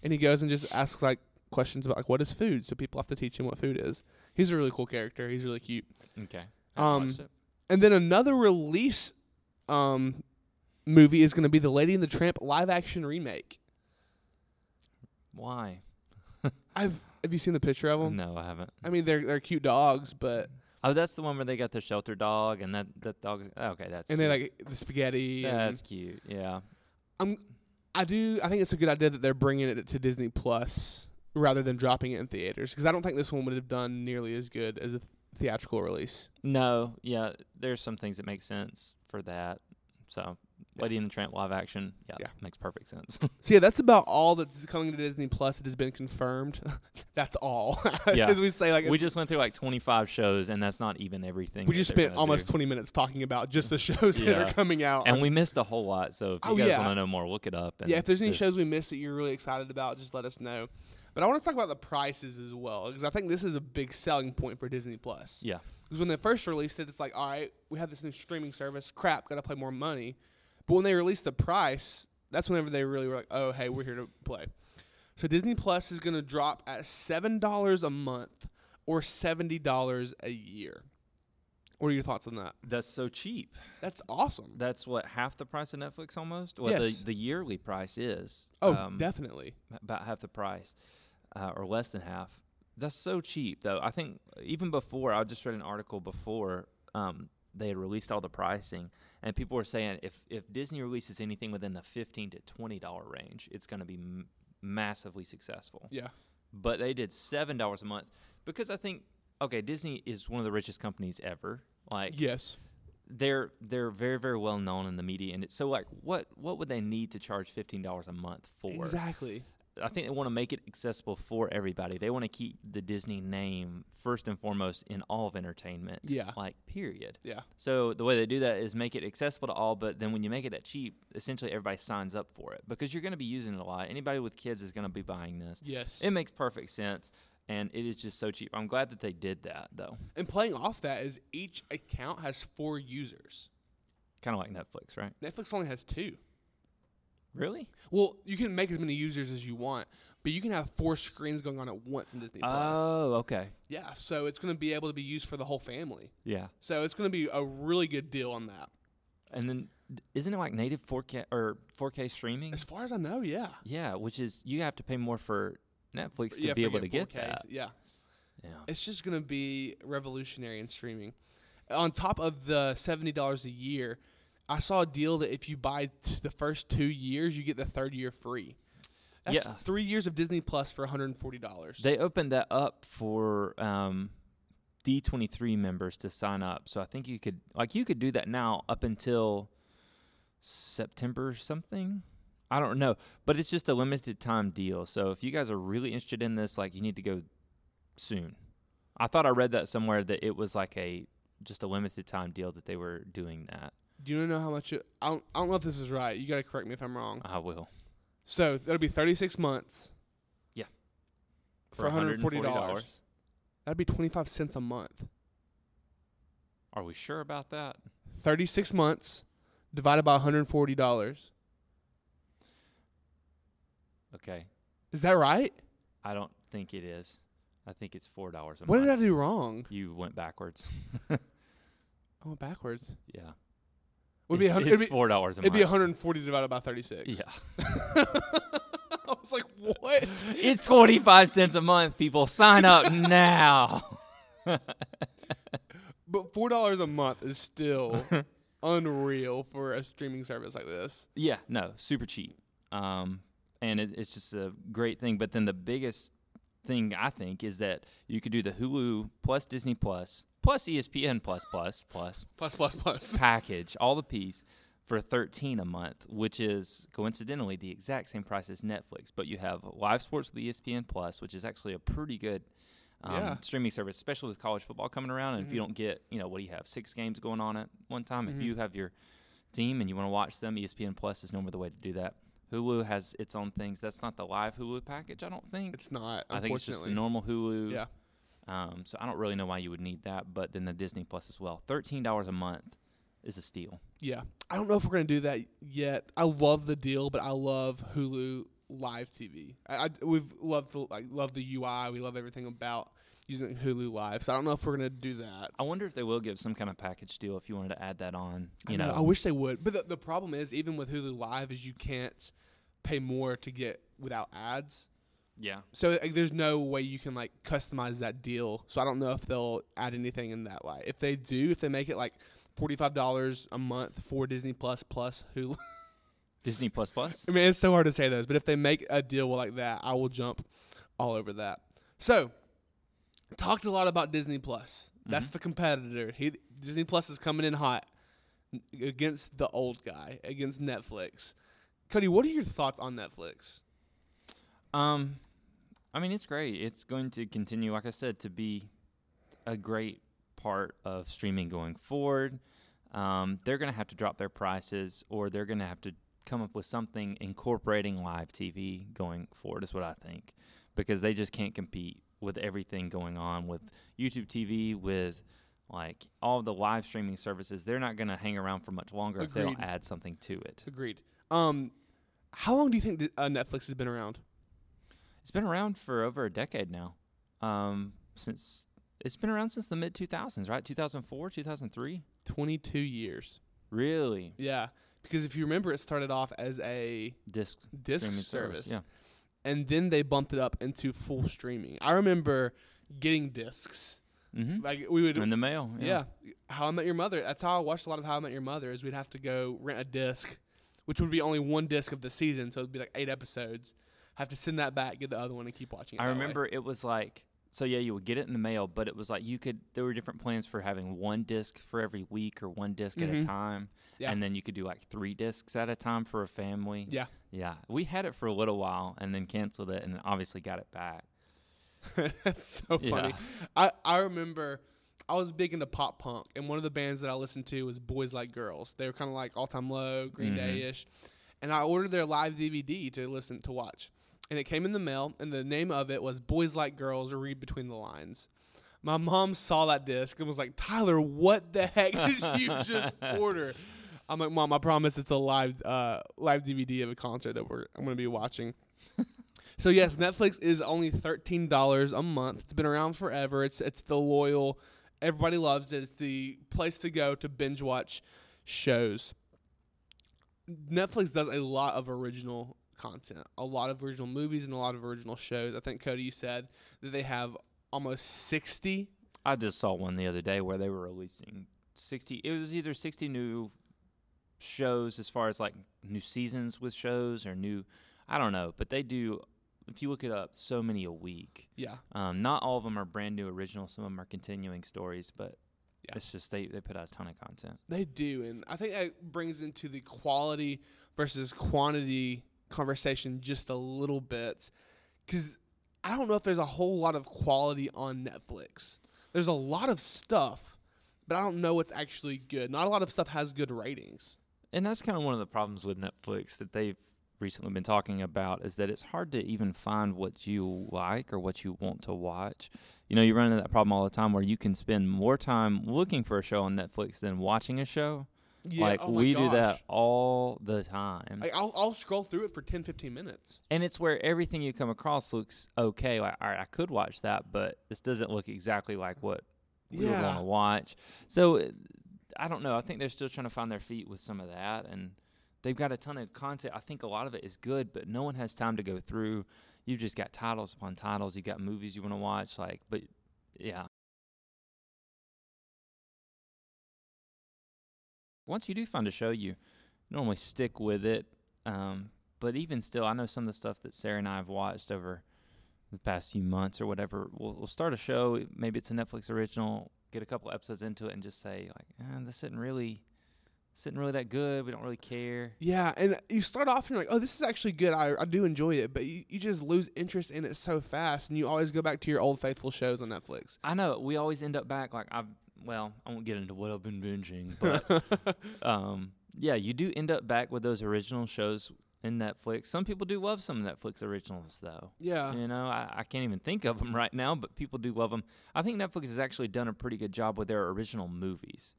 Speaker 1: and he goes and just asks like questions about like what is food, so people have to teach him what food is. He's a really cool character. He's really cute.
Speaker 2: Okay.
Speaker 1: Um,
Speaker 2: Um, it.
Speaker 1: And then another release um, movie is going to be The Lady and the Tramp live action remake.
Speaker 2: Why?
Speaker 1: I've have you seen the picture of them?
Speaker 2: no, I haven't.
Speaker 1: I mean, they're they're cute dogs, but
Speaker 2: Oh, that's the one where they got the shelter dog and that that dog. Okay, that's
Speaker 1: and
Speaker 2: cute.
Speaker 1: they like the spaghetti. and
Speaker 2: That's cute. Yeah.
Speaker 1: I'm I do I think it's a good idea that they're bringing it to Disney Plus rather than dropping it in theaters because I don't think this one would have done nearly as good as a th- theatrical release.
Speaker 2: No. Yeah. There's some things that make sense for that. So, Lady and the Tramp live action. Yeah.
Speaker 1: Yeah.
Speaker 2: Makes perfect sense.
Speaker 1: So yeah, that's about all that's coming to Disney Plus. It has been confirmed. that's all.
Speaker 2: Yeah.
Speaker 1: as we say, like
Speaker 2: we
Speaker 1: it's-
Speaker 2: just went through like 25 shows, and that's not even everything.
Speaker 1: we
Speaker 2: that
Speaker 1: just
Speaker 2: they're
Speaker 1: spent
Speaker 2: gonna
Speaker 1: almost
Speaker 2: do.
Speaker 1: 20 minutes talking about just the shows that
Speaker 2: Yeah.
Speaker 1: are coming out.
Speaker 2: And we missed a whole lot. So, if you
Speaker 1: Oh,
Speaker 2: guys
Speaker 1: yeah.
Speaker 2: want to know more, look it up. And
Speaker 1: yeah, if there's any shows
Speaker 2: just-
Speaker 1: we missed that you're really excited about, just let us know. But I want to talk about the prices as well because I think this is a big selling point for Disney Plus.
Speaker 2: Yeah.
Speaker 1: Because when they first released it, it's like, all right, we have this new streaming service. Crap, got to play more money. But when they released the price, that's whenever they really were like, oh, hey, we're here to play. So Disney Plus is going to drop at $7 a month or $70 a year. What are your thoughts on that?
Speaker 2: That's so cheap.
Speaker 1: That's awesome.
Speaker 2: That's what half the price of Netflix almost. What
Speaker 1: Yes.
Speaker 2: the, the yearly price is.
Speaker 1: Oh,
Speaker 2: Um,
Speaker 1: definitely.
Speaker 2: about half the price uh, or less than half. That's so cheap, though. I think even before, I just read an article before um, they had released all the pricing, and people were saying if, if Disney releases anything within the fifteen to twenty dollar range, it's going to be m- massively successful.
Speaker 1: Yeah.
Speaker 2: But they did seven dollars a month because I think okay, Disney is one of the richest companies ever. Like
Speaker 1: Yes.
Speaker 2: they're they're very very well known in the media, and it's so like what what would they need to charge fifteen dollars a month for?
Speaker 1: Exactly.
Speaker 2: I think they want to make it accessible for everybody. They want to keep the Disney name first and foremost in all of entertainment.
Speaker 1: Yeah.
Speaker 2: Like, period.
Speaker 1: Yeah.
Speaker 2: So the way they do that is make it accessible to all, but then when you make it that cheap, essentially everybody signs up for it because you're going to be using it a lot. Anybody with kids is going to be buying this.
Speaker 1: Yes.
Speaker 2: It makes perfect sense. And it is just so cheap. I'm glad that they did that, though.
Speaker 1: And playing off that is each account has four users.
Speaker 2: Kind of like Netflix, right?
Speaker 1: Netflix only has two.
Speaker 2: Really?
Speaker 1: Well, you can make as many users as you want, but you can have four screens going on at once in Disney Plus.
Speaker 2: Oh, okay.
Speaker 1: Yeah, so it's going to be able to be used for the whole family.
Speaker 2: Yeah.
Speaker 1: So it's going to be a really good deal on that.
Speaker 2: And then isn't it like native 4K or 4K streaming?
Speaker 1: As far as I know, yeah.
Speaker 2: Yeah, which is you have to pay more for Netflix to
Speaker 1: yeah,
Speaker 2: be
Speaker 1: for
Speaker 2: able to
Speaker 1: your
Speaker 2: get
Speaker 1: 4K.
Speaker 2: that.
Speaker 1: Yeah.
Speaker 2: Yeah.
Speaker 1: It's just going to be revolutionary in streaming. On top of the $70 a year, I saw a deal that if you buy t- the first two years, you get the third year free. That's
Speaker 2: Yeah.
Speaker 1: three years of Disney Plus for $140.
Speaker 2: They opened that up for um, D23 members to sign up. So I think you could like you could do that now up until September or something. I don't know, but it's just a limited time deal. So if you guys are really interested in this, like you need to go soon. I thought I read that somewhere that it was like a just a limited time deal that they were doing that.
Speaker 1: Do you know how much it, I don't, I don't know if this is right. You got to correct me if I'm wrong.
Speaker 2: I will.
Speaker 1: So that'll be 36 months.
Speaker 2: Yeah.
Speaker 1: For $140.
Speaker 2: $140.
Speaker 1: That'd be 25 cents a month.
Speaker 2: Are we sure about that?
Speaker 1: 36 months divided by $140.
Speaker 2: Okay.
Speaker 1: Is that right?
Speaker 2: I don't think it is. I think it's four dollars a
Speaker 1: What
Speaker 2: month.
Speaker 1: did I do wrong?
Speaker 2: You went backwards.
Speaker 1: Oh, backwards.
Speaker 2: Yeah.
Speaker 1: Would be a
Speaker 2: It-
Speaker 1: hundred.
Speaker 2: it's
Speaker 1: It'd be,
Speaker 2: four dollars a
Speaker 1: it'd
Speaker 2: month.
Speaker 1: be 140 divided by 36.
Speaker 2: yeah.
Speaker 1: I was like, what?
Speaker 2: It's forty five cents a month, people. Sign up now.
Speaker 1: But four dollars a month is still unreal for a streaming service like this.
Speaker 2: Yeah, no, super cheap. Um, and it, it's just a great thing. But then the biggest thing I think is that you could do the Hulu plus Disney plus plus E ESPN plus plus plus
Speaker 1: Plus, plus, plus.
Speaker 2: package, all the P's for 13 a month, which is coincidentally the exact same price as Netflix, but you have live sports with E ESPN plus, which is actually a pretty good um,
Speaker 1: Yeah.
Speaker 2: streaming service, especially with college football coming around. And if you don't get, you know, what do you have? Six games going on at one time. If you have your team and you want to watch them, E ESPN plus is normally the way to do that. Hulu has its own things. That's not the live Hulu package, I don't think.
Speaker 1: It's not.
Speaker 2: I think it's just the
Speaker 1: Unfortunately.
Speaker 2: normal Hulu.
Speaker 1: Yeah.
Speaker 2: Um, so I don't really know why you would need that, but then the Disney Plus as well. Thirteen dollars a month is a steal.
Speaker 1: Yeah. I don't know if we're gonna do that yet. I love the deal, but I love Hulu Live TV. I, I- we've loved the like love the UI. We love everything about using Hulu Live. So I don't know if we're gonna do that.
Speaker 2: I wonder if they will give some kind of package deal if you wanted to add that on. You
Speaker 1: I know,
Speaker 2: know,
Speaker 1: I wish they would. But the, the problem is, even with Hulu Live, is you can't pay more to get without ads.
Speaker 2: yeah,
Speaker 1: So like, there's no way you can like customize that deal. So I don't know if they'll add anything in that light. If they do, if they make it like forty five dollars a month for Disney Plus plus Hulu,
Speaker 2: Disney Plus Plus.
Speaker 1: I mean it's so hard to say those. But if they make a deal like that, I will jump all over that. So talked a lot about Disney Plus.
Speaker 2: Mm-hmm.
Speaker 1: That's the competitor. He Disney Plus is coming in hot n- against the old guy against Netflix. Cody, what are your thoughts on Netflix?
Speaker 2: Um, I mean, it's great. It's going to continue, like I said, to be a great part of streaming going forward. Um, they're going to have to drop their prices, or they're going to have to come up with something incorporating live TV going forward. Is what I think, because they just can't compete with everything going on with YouTube TV with. Like all the live streaming services, they're not going to hang around for much longer if they don't
Speaker 1: Agreed.
Speaker 2: add something to it.
Speaker 1: Agreed. Um, how long do you think th- uh, Netflix has been around?
Speaker 2: It's been around for over a decade now. Um, since it's been around since the mid 2000s, right? 2004, 2003.
Speaker 1: 22 years.
Speaker 2: Really,
Speaker 1: Yeah, because if you remember, it started off as a
Speaker 2: disc
Speaker 1: disc
Speaker 2: streaming
Speaker 1: service,
Speaker 2: service. Yeah,
Speaker 1: and then they bumped it up into full streaming. I remember getting discs.
Speaker 2: mm-hmm.
Speaker 1: Like we would,
Speaker 2: in the mail.
Speaker 1: yeah. How I Met Your Mother. That's how I watched a lot of How I Met Your Mother. Is we'd have to go rent a disc, which would be only one disc of the season, so it'd be like eight episodes. Have to send that back, get the other one, and keep watching. It
Speaker 2: I
Speaker 1: that way.
Speaker 2: remember it was like so. Yeah, you would get it in the mail, but it was like you could. There were different plans for having one disc for every week or one disk at
Speaker 1: Mhm.
Speaker 2: a time,
Speaker 1: Yeah.
Speaker 2: and then you could do like three discs at a time for a family.
Speaker 1: Yeah.
Speaker 2: yeah. We had it for a little while and then canceled it, and obviously got it back.
Speaker 1: That's so
Speaker 2: Yeah.
Speaker 1: funny. I, I remember I was big into pop punk, and one of the bands that I listened to was Boys Like Girls. They were kind of like All Time Low, Green
Speaker 2: Mhm.
Speaker 1: Day ish. And I ordered their live DVD to listen to watch. And it came in the mail, and the name of it was Boys Like Girls Read Between the Lines. My mom saw that disc and was like, Tyler, what the heck did you just order? I'm like, Mom, I promise it's a live uh, live DVD of a concert that we're I'm gonna be watching. so yes, Netflix is only thirteen dollars a month. It's been around forever. It's it's the loyal, everybody loves it. It's the place to go to binge watch shows. Netflix does a lot of original content, a lot of original movies, and a lot of original shows. I think Cody, you said that they have almost sixty
Speaker 2: I just saw one the other day where they were releasing 60 it was either 60 new shows as far as like new seasons with shows or new I don't know, but they do if you look it up so many a week.
Speaker 1: yeah
Speaker 2: Um, not all of them are brand new original, some of them are continuing stories, but
Speaker 1: Yeah.
Speaker 2: it's just they they put out a ton of content.
Speaker 1: They do, and I think that brings into the quality versus quantity conversation just a little bit, because I don't know if there's a whole lot of quality on Netflix. There's a lot of stuff, but I don't know what's actually good. Not a lot of stuff has good ratings.
Speaker 2: And that's kind of one of the problems with Netflix that they've recently been talking about is that it's hard to even find what you like or what you want to watch. You know, you run into that problem all the time where you can spend more time looking for a show on Netflix than watching a show. like
Speaker 1: oh my
Speaker 2: we do that
Speaker 1: gosh.
Speaker 2: all the time.
Speaker 1: Like, I'll, I'll scroll through it for 10, 15 minutes.
Speaker 2: and it's where everything you come across looks okay. Like, all right, I could watch that, but this doesn't look exactly like what we
Speaker 1: Yeah.
Speaker 2: want to watch. So uh, I don't know. I think they're still trying to find their feet with some of that, and they've got a ton of content. I think a lot of it is good, but no one has time to go through. You've just got titles upon titles. You got movies you want to watch, like, but yeah. Once you do find a show, you normally stick with it. Um, but even still, I know some of the stuff that Sarah and I have watched over the past few months or whatever. We'll, we'll start a show. Maybe it's a Netflix original. Get a couple episodes into it and just say like, eh, "This isn't really, this isn't really that good. We don't really care."
Speaker 1: Yeah, and you start off and you're like, oh, this is actually good. I, I do enjoy it, but you, you just lose interest in it so fast, and you always go back to your old faithful shows on Netflix.
Speaker 2: I know we always end up back like I've. Well, I won't get into what I've been binging, but um, yeah, you do end up back with those original shows in Netflix. Some people do love some Netflix originals, though.
Speaker 1: Yeah.
Speaker 2: You know, I, I can't even think of them right now, but people do love them. I think Netflix has actually done a pretty good job with their original movies.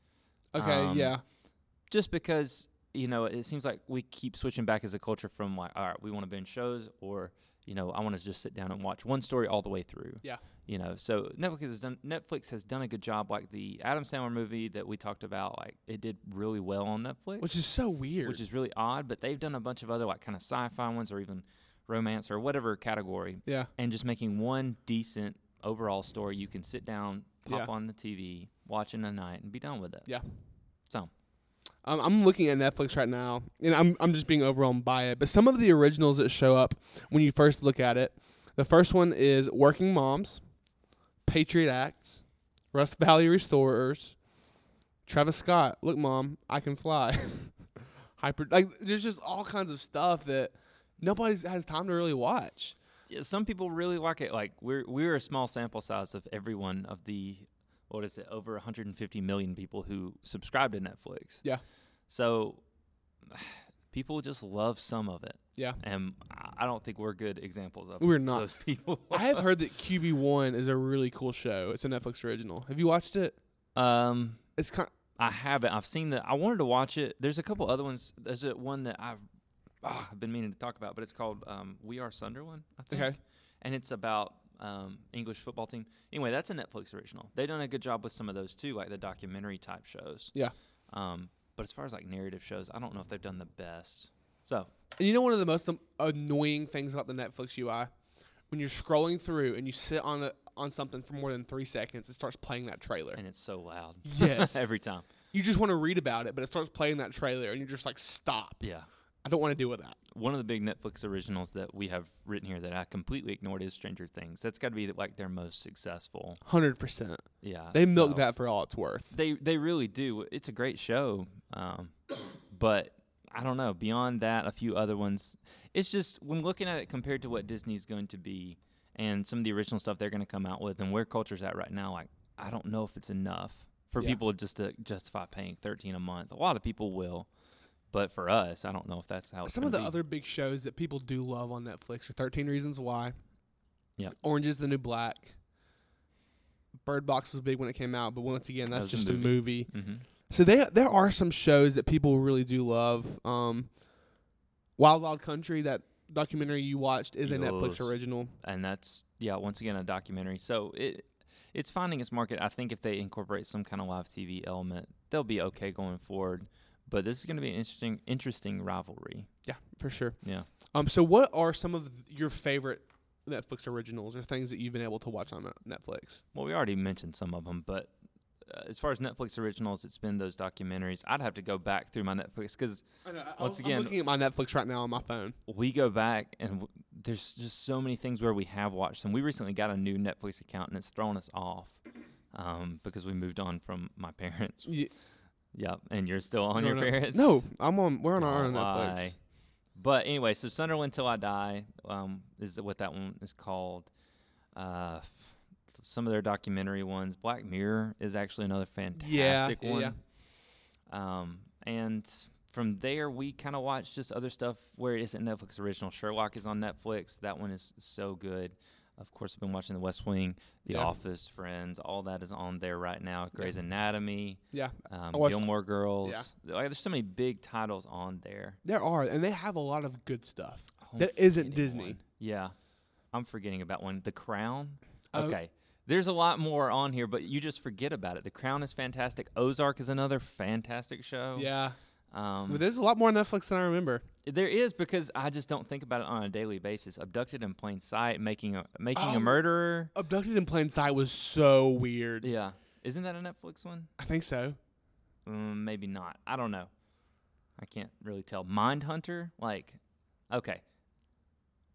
Speaker 1: Okay,
Speaker 2: Um,
Speaker 1: yeah.
Speaker 2: Just because, you know, it seems like we keep switching back as a culture from like, all right, we want to binge shows or, you know, I want to just sit down and watch one story all the way through.
Speaker 1: Yeah.
Speaker 2: You know, so Netflix has done Netflix has done a good job like the Adam Sandler movie that we talked about, like it did really well on Netflix
Speaker 1: Which is so weird.
Speaker 2: which is really odd. But they've done a bunch of other like kind of sci-fi ones or even romance or whatever category,
Speaker 1: yeah.
Speaker 2: and just making one decent overall story you can sit down, pop
Speaker 1: Yeah.
Speaker 2: on the TV, watch in a night, and be done with it.
Speaker 1: Yeah.
Speaker 2: So
Speaker 1: Um, I'm looking at Netflix right now, and I'm I'm just being overwhelmed by it. But some of the originals that show up when you first look at it, the first one is Working Moms, Patriot Act, Rust Valley Restorers, Travis Scott. Look, Mom, I can fly. Hyper like there's just all kinds of stuff that nobody has time to really watch.
Speaker 2: yeah, some people really like it. Like we're we're a small sample size of everyone of the what is it over 150 million people who subscribe to Netflix.
Speaker 1: Yeah.
Speaker 2: So people just love some of it.
Speaker 1: Yeah.
Speaker 2: And I- I don't think we're good examples of
Speaker 1: We're not.
Speaker 2: those people.
Speaker 1: I have heard that QB One is a really cool show. It's a Netflix original. Have you watched it?
Speaker 2: um
Speaker 1: It's kind.
Speaker 2: I haven't. I've seen the. I wanted to watch it. There's a couple other ones. There's a one that I've ah, I've been meaning to talk about, but it's called um, "We Are Sunderland." I think.
Speaker 1: Okay.
Speaker 2: And it's about um, English football team. Anyway, that's a Netflix original. They've done a good job with some of those too, like the documentary type shows.
Speaker 1: Yeah.
Speaker 2: Um, but as far as like narrative shows, I don't know if they've done the best. So
Speaker 1: And you know one of the most um, annoying things about the Netflix UI, when you're scrolling through and you sit on a, on something for more than three seconds, it starts playing that trailer.
Speaker 2: and it's so loud.
Speaker 1: Yes.
Speaker 2: Every time.
Speaker 1: You just want to read about it, but it starts playing that trailer, and you're just like, "Stop!
Speaker 2: Yeah.
Speaker 1: I don't want to deal with that."
Speaker 2: One of the big Netflix originals that we have written here that I completely ignored is Stranger Things. That's got to be like their most successful.
Speaker 1: Hundred percent.
Speaker 2: Yeah.
Speaker 1: They milk
Speaker 2: so-
Speaker 1: that for all it's worth.
Speaker 2: They they really do. It's a great show, um, but I don't know. Beyond that, a few other ones. It's just when looking at it compared to what Disney's going to be and some of the original stuff they're going to come out with and where culture's at right now. Like I don't know if it's enough for
Speaker 1: Yeah.
Speaker 2: people just to justify paying thirteen a month. A lot of people will, but for us, I don't know if that's how. It's
Speaker 1: Some of the
Speaker 2: gonna be.
Speaker 1: other big shows that people do love on Netflix are Thirteen Reasons Why.
Speaker 2: Yeah.
Speaker 1: Orange is the New Black. Bird Box was big when it came out, but once again,
Speaker 2: That
Speaker 1: that's
Speaker 2: was a
Speaker 1: just a
Speaker 2: movie.
Speaker 1: movie.
Speaker 2: Mhm.
Speaker 1: So there there are some shows that people really do love. Um, Wild Wild Country, that documentary you watched, is a Netflix
Speaker 2: Yes.
Speaker 1: original.
Speaker 2: and that's yeah once again a documentary so it it's finding its market i think if they incorporate some kind of live tv element they'll be okay going forward but this is going to be an interesting interesting rivalry
Speaker 1: Yeah, for sure.
Speaker 2: yeah
Speaker 1: Um, so what are some of your favorite Netflix originals or things that you've been able to watch on uh, Netflix?
Speaker 2: well we already mentioned some of them but uh, as far as netflix originals it's been those documentaries i'd have to go back through my netflix because
Speaker 1: I know, I,
Speaker 2: Once
Speaker 1: I'm
Speaker 2: again-
Speaker 1: looking at my Netflix right now on my phone.
Speaker 2: we go back and w- there's just so many things where we have watched them. We recently got a new Netflix account and it's thrown us off um, because we moved on from my parents.
Speaker 1: Ye-
Speaker 2: Yeah, and you're still on
Speaker 1: no,
Speaker 2: your
Speaker 1: no.
Speaker 2: parents.
Speaker 1: No, I'm on. We're on our own
Speaker 2: Don't
Speaker 1: Netflix.
Speaker 2: lie. Oh, But anyway, so Sunderland Till I Die um, is what that one is called. Uh, some of their documentary ones. Black Mirror is actually another fantastic
Speaker 1: yeah,
Speaker 2: one.
Speaker 1: yeah.
Speaker 2: Um, and from there, we kind of watch just other stuff where it isn't Netflix original. Sherlock is on Netflix. That one is so good. Of course, I've been watching The West Wing, The
Speaker 1: Yeah.
Speaker 2: Office, Friends. All that is on there right now. Grey's Anatomy,
Speaker 1: Yeah,
Speaker 2: um,
Speaker 1: I watched-
Speaker 2: Gilmore Girls. Like, there's so many big titles on there.
Speaker 1: there are, and they have a lot of good stuff
Speaker 2: I'm
Speaker 1: that isn't
Speaker 2: forgetting
Speaker 1: Disney.
Speaker 2: one. Yeah, I'm forgetting about one. The Crown.
Speaker 1: Oh.
Speaker 2: Okay, There's a lot more on here, but you just forget about it. The Crown is fantastic. Ozark is another fantastic show.
Speaker 1: Yeah.
Speaker 2: Um,
Speaker 1: But there's a lot more on Netflix than I remember.
Speaker 2: there is because I just don't think about it on a daily basis. Abducted in plain sight, making a making
Speaker 1: Oh.
Speaker 2: a murderer.
Speaker 1: Abducted in Plain Sight was so weird.
Speaker 2: Yeah, isn't that a Netflix one?
Speaker 1: I think so.
Speaker 2: Mm, maybe not. I don't know. I can't really tell. Mindhunter, like, okay.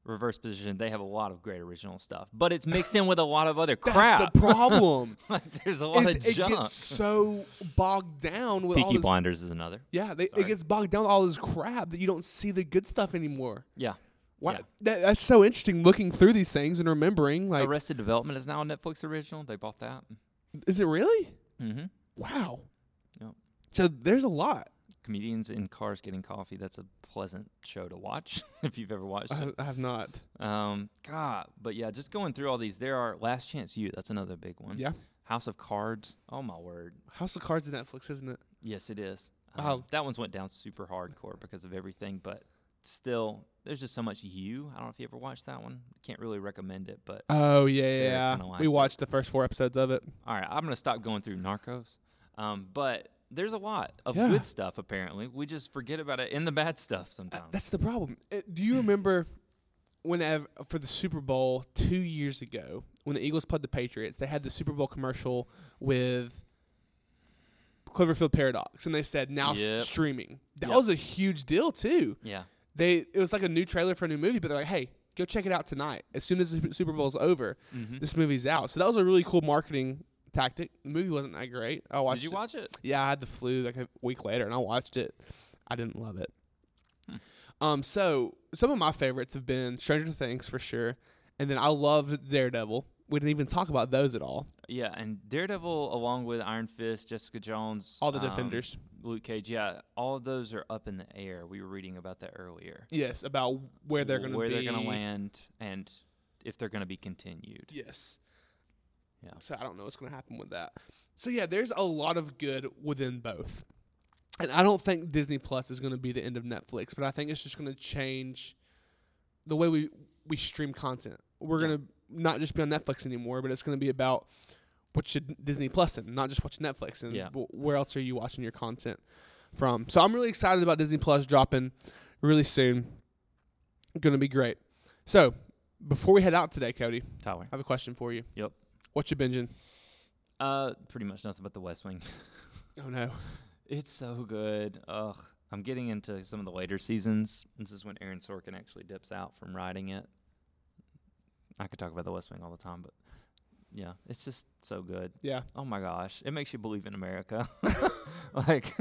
Speaker 2: Reverse position. They have a lot of great original stuff, but it's mixed in with a lot of other crap.
Speaker 1: That's the problem.
Speaker 2: like, there's a lot
Speaker 1: is
Speaker 2: of
Speaker 1: it
Speaker 2: junk.
Speaker 1: gets so bogged down with all
Speaker 2: Peaky
Speaker 1: this.
Speaker 2: Blinders is another.
Speaker 1: Yeah, they, it
Speaker 2: Sorry.
Speaker 1: gets bogged down with all this crap that you don't see the good stuff anymore.
Speaker 2: Yeah.
Speaker 1: Why,
Speaker 2: Yeah.
Speaker 1: that, that's so interesting. Looking through these things and remembering, like,
Speaker 2: Arrested Development is now a Netflix original. They bought that.
Speaker 1: is it really?
Speaker 2: Mm-hmm.
Speaker 1: Wow.
Speaker 2: Yep.
Speaker 1: So there's a lot.
Speaker 2: Comedians in Cars Getting Coffee. That's a pleasant show to watch if you've ever watched
Speaker 1: I,
Speaker 2: it.
Speaker 1: have- I have not.
Speaker 2: Um, God, but yeah, just going through all these. There are Last Chance You. That's another big one.
Speaker 1: Yeah.
Speaker 2: House of Cards. Oh my word.
Speaker 1: House of Cards is Netflix, isn't it?
Speaker 2: Yes, it is. Um,
Speaker 1: Wow.
Speaker 2: That one's went down super hardcore because of everything, but still, there's just so much you. I don't know if you ever watched that one. Can't really recommend it, but
Speaker 1: Oh yeah,
Speaker 2: Sarah
Speaker 1: yeah.
Speaker 2: kinda liked
Speaker 1: We
Speaker 2: it. Um,
Speaker 1: watched the first four episodes of it.
Speaker 2: all right, I'm gonna stop going through Narcos. Um, but there's a lot of
Speaker 1: Yeah.
Speaker 2: good stuff. Apparently, we just forget about it in the bad stuff sometimes.
Speaker 1: That's the problem. Uh, do you remember whenever for the Super Bowl two years ago when the Eagles played the Patriots? They had the Super Bowl commercial with Cloverfield Paradox, and they said now s-
Speaker 2: Yep.
Speaker 1: streaming. That
Speaker 2: Yep.
Speaker 1: was a huge deal too.
Speaker 2: yeah,
Speaker 1: They it was like a new trailer for a new movie, but they're like, hey, go check it out tonight. As soon as the Sup- Super Bowl's over,
Speaker 2: Mhm.
Speaker 1: this movie's out. So that was a really cool marketing tactic. The movie wasn't that great. I watched.
Speaker 2: Did you
Speaker 1: it-
Speaker 2: watch it?
Speaker 1: yeah, I had the flu like a week later, and I watched it. I didn't love it.
Speaker 2: Hmm.
Speaker 1: Um, so some of my favorites have been Stranger Things for sure, and then I loved Daredevil. We didn't even talk about those at all.
Speaker 2: Yeah, and Daredevil, along with Iron Fist, Jessica Jones,
Speaker 1: All the
Speaker 2: um,
Speaker 1: Defenders.
Speaker 2: Luke Cage. Yeah, all of those are up in the air. We were reading about that earlier.
Speaker 1: Yes, about where they're going to
Speaker 2: where
Speaker 1: be.
Speaker 2: they're going to land and if they're going to be continued.
Speaker 1: Yes.
Speaker 2: Yeah.
Speaker 1: So I don't know what's going to happen with that. So yeah, there's a lot of good within both. And I don't think Disney Plus is going to be the end of Netflix, but I think it's just going to change the way we we stream content. We're
Speaker 2: Yeah.
Speaker 1: going to not just be on Netflix anymore, but it's going to be about what should Disney Plus and not just watch Netflix and
Speaker 2: Yeah.
Speaker 1: wh- where else are you watching your content from. So I'm really excited about Disney Plus dropping really soon. Going to be great. So, before we head out today, Cody,
Speaker 2: Tyler.
Speaker 1: I have a question for you.
Speaker 2: Yep.
Speaker 1: What you binging?
Speaker 2: Uh, pretty much nothing but the West Wing.
Speaker 1: Oh no.
Speaker 2: it's so good. Ugh. I'm getting into some of the later seasons. This is when Aaron Sorkin actually dips out from writing it. I could talk about the West Wing all the time, but yeah, it's just so good.
Speaker 1: Yeah.
Speaker 2: Oh my gosh, it makes you believe in America. like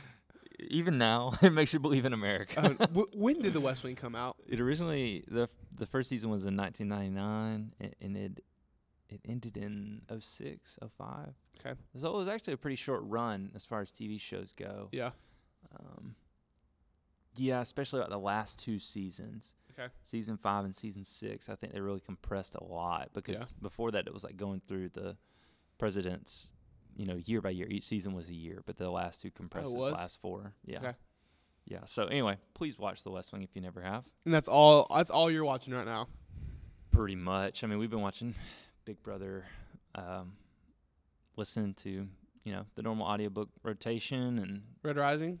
Speaker 2: even now, it makes you believe in America.
Speaker 1: Oh, w- when did The West Wing come out?
Speaker 2: It originally the f- the first season was in 1999 a- and it it ended in 06, 05.
Speaker 1: Okay.
Speaker 2: So it was actually a pretty short run as far as TV shows go.
Speaker 1: Yeah.
Speaker 2: Um, yeah, especially like the last two seasons.
Speaker 1: Okay.
Speaker 2: Season 5 and season 6, I think they really compressed a lot because before that it was like going through the president's, you know, year by year. Each season was a year, but the last two compressed his
Speaker 1: Oh, was?
Speaker 2: last four. Yeah.
Speaker 1: Okay.
Speaker 2: Yeah. So anyway, please watch The West Wing if you never have.
Speaker 1: And that's all. That's all you're watching right now.
Speaker 2: Pretty much. I mean, we've been watching Big Brother, um, listening to you know the normal audiobook rotation, and
Speaker 1: Red Rising.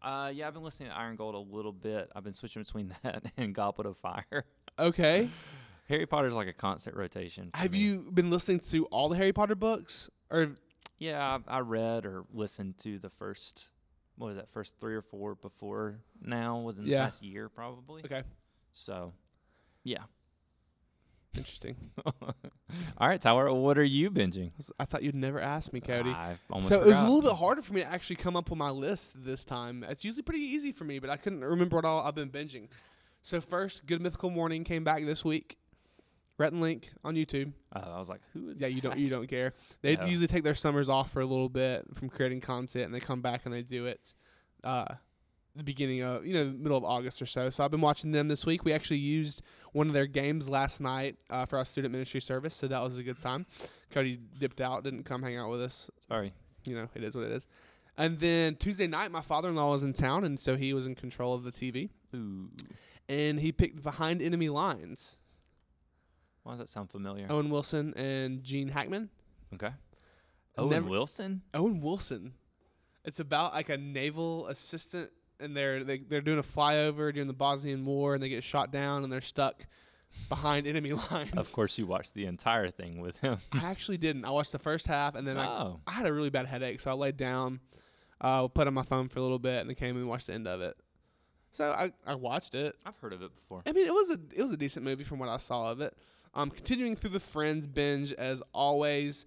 Speaker 2: uh, yeah, I've been listening to Iron Gold a little bit. I've been switching between that and Goblet of Fire.
Speaker 1: Okay.
Speaker 2: Harry Potter's like a constant rotation. for
Speaker 1: Have
Speaker 2: me.
Speaker 1: you been listening to all the Harry Potter books? Or
Speaker 2: Yeah, I, I read or listened to the first. What is that? First three or four before now, within the
Speaker 1: Yeah.
Speaker 2: past year, probably.
Speaker 1: okay.
Speaker 2: So, yeah.
Speaker 1: Interesting.
Speaker 2: All right, Tyler. What are you binging?
Speaker 1: I thought you'd never ask me, Cody.
Speaker 2: I almost
Speaker 1: so it was a
Speaker 2: forgot.
Speaker 1: little bit harder for me to actually come up with my list this time. It's usually pretty easy for me, but I couldn't remember what all I've been binging. So first, Good Mythical Morning came back this week. Rhett and Link on YouTube.
Speaker 2: Uh, I was like, who is?
Speaker 1: Yeah, you don't
Speaker 2: that?
Speaker 1: you don't care. They
Speaker 2: No.
Speaker 1: usually take their summers off for a little bit from creating content, and they come back and they do it uh, the beginning of you know the middle of August or so. So I've been watching them this week. We actually used one of their games last night uh, for our student ministry service, so that was a good time. Cody dipped out, didn't come hang out with us.
Speaker 2: Sorry.
Speaker 1: You know, it is what it is. And then Tuesday night, my father-in-law was in town, and so he was in control of the TV,
Speaker 2: Ooh.
Speaker 1: and he picked Behind Enemy Lines.
Speaker 2: Why does that sound familiar?
Speaker 1: Owen Wilson and Gene Hackman.
Speaker 2: Okay. Owen
Speaker 1: never-
Speaker 2: Wilson.
Speaker 1: Owen Wilson. It's about like a naval assistant, and they're they, they're doing a flyover during the Bosnian War, and they get shot down, and they're stuck behind enemy lines.
Speaker 2: Of course, you watched the entire thing with him.
Speaker 1: I actually didn't. I watched the first half, and then
Speaker 2: Oh.
Speaker 1: I I had a really bad headache, so I laid down, uh, put on my phone for a little bit, and then came and watched the end of it. So I, I watched it.
Speaker 2: I've heard of it before.
Speaker 1: I mean, it was a it was a decent movie from what I saw of it. Um, continuing through the Friends binge as always.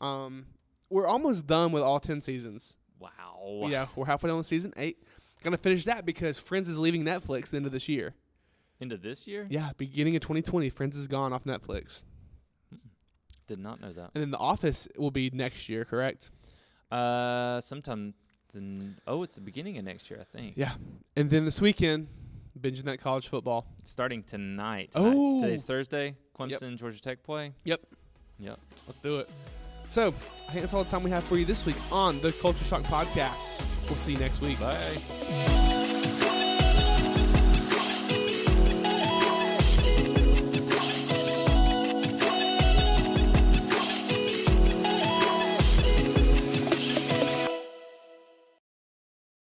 Speaker 1: Um, we're almost done with all ten seasons.
Speaker 2: Wow.
Speaker 1: Yeah, we're halfway down with season eight. Gonna finish that because Friends is leaving Netflix the end of this year.
Speaker 2: Into this year?
Speaker 1: Yeah, beginning of 2020, Friends is gone off Netflix,
Speaker 2: Did not know that.
Speaker 1: and then The Office will be next year, correct?
Speaker 2: Uh, sometime. Then oh, it's the beginning of next year, I think.
Speaker 1: Yeah, and then this weekend, binging that college football.
Speaker 2: Starting tonight.
Speaker 1: Oh.
Speaker 2: Tonight's- today's Thursday. Clemson, Georgia Tech play.
Speaker 1: Yep,
Speaker 2: Yep.
Speaker 1: let's do it. So I think that's all the time we have for you this week on the Culture Shock Podcast. We'll see you next week.
Speaker 2: Bye.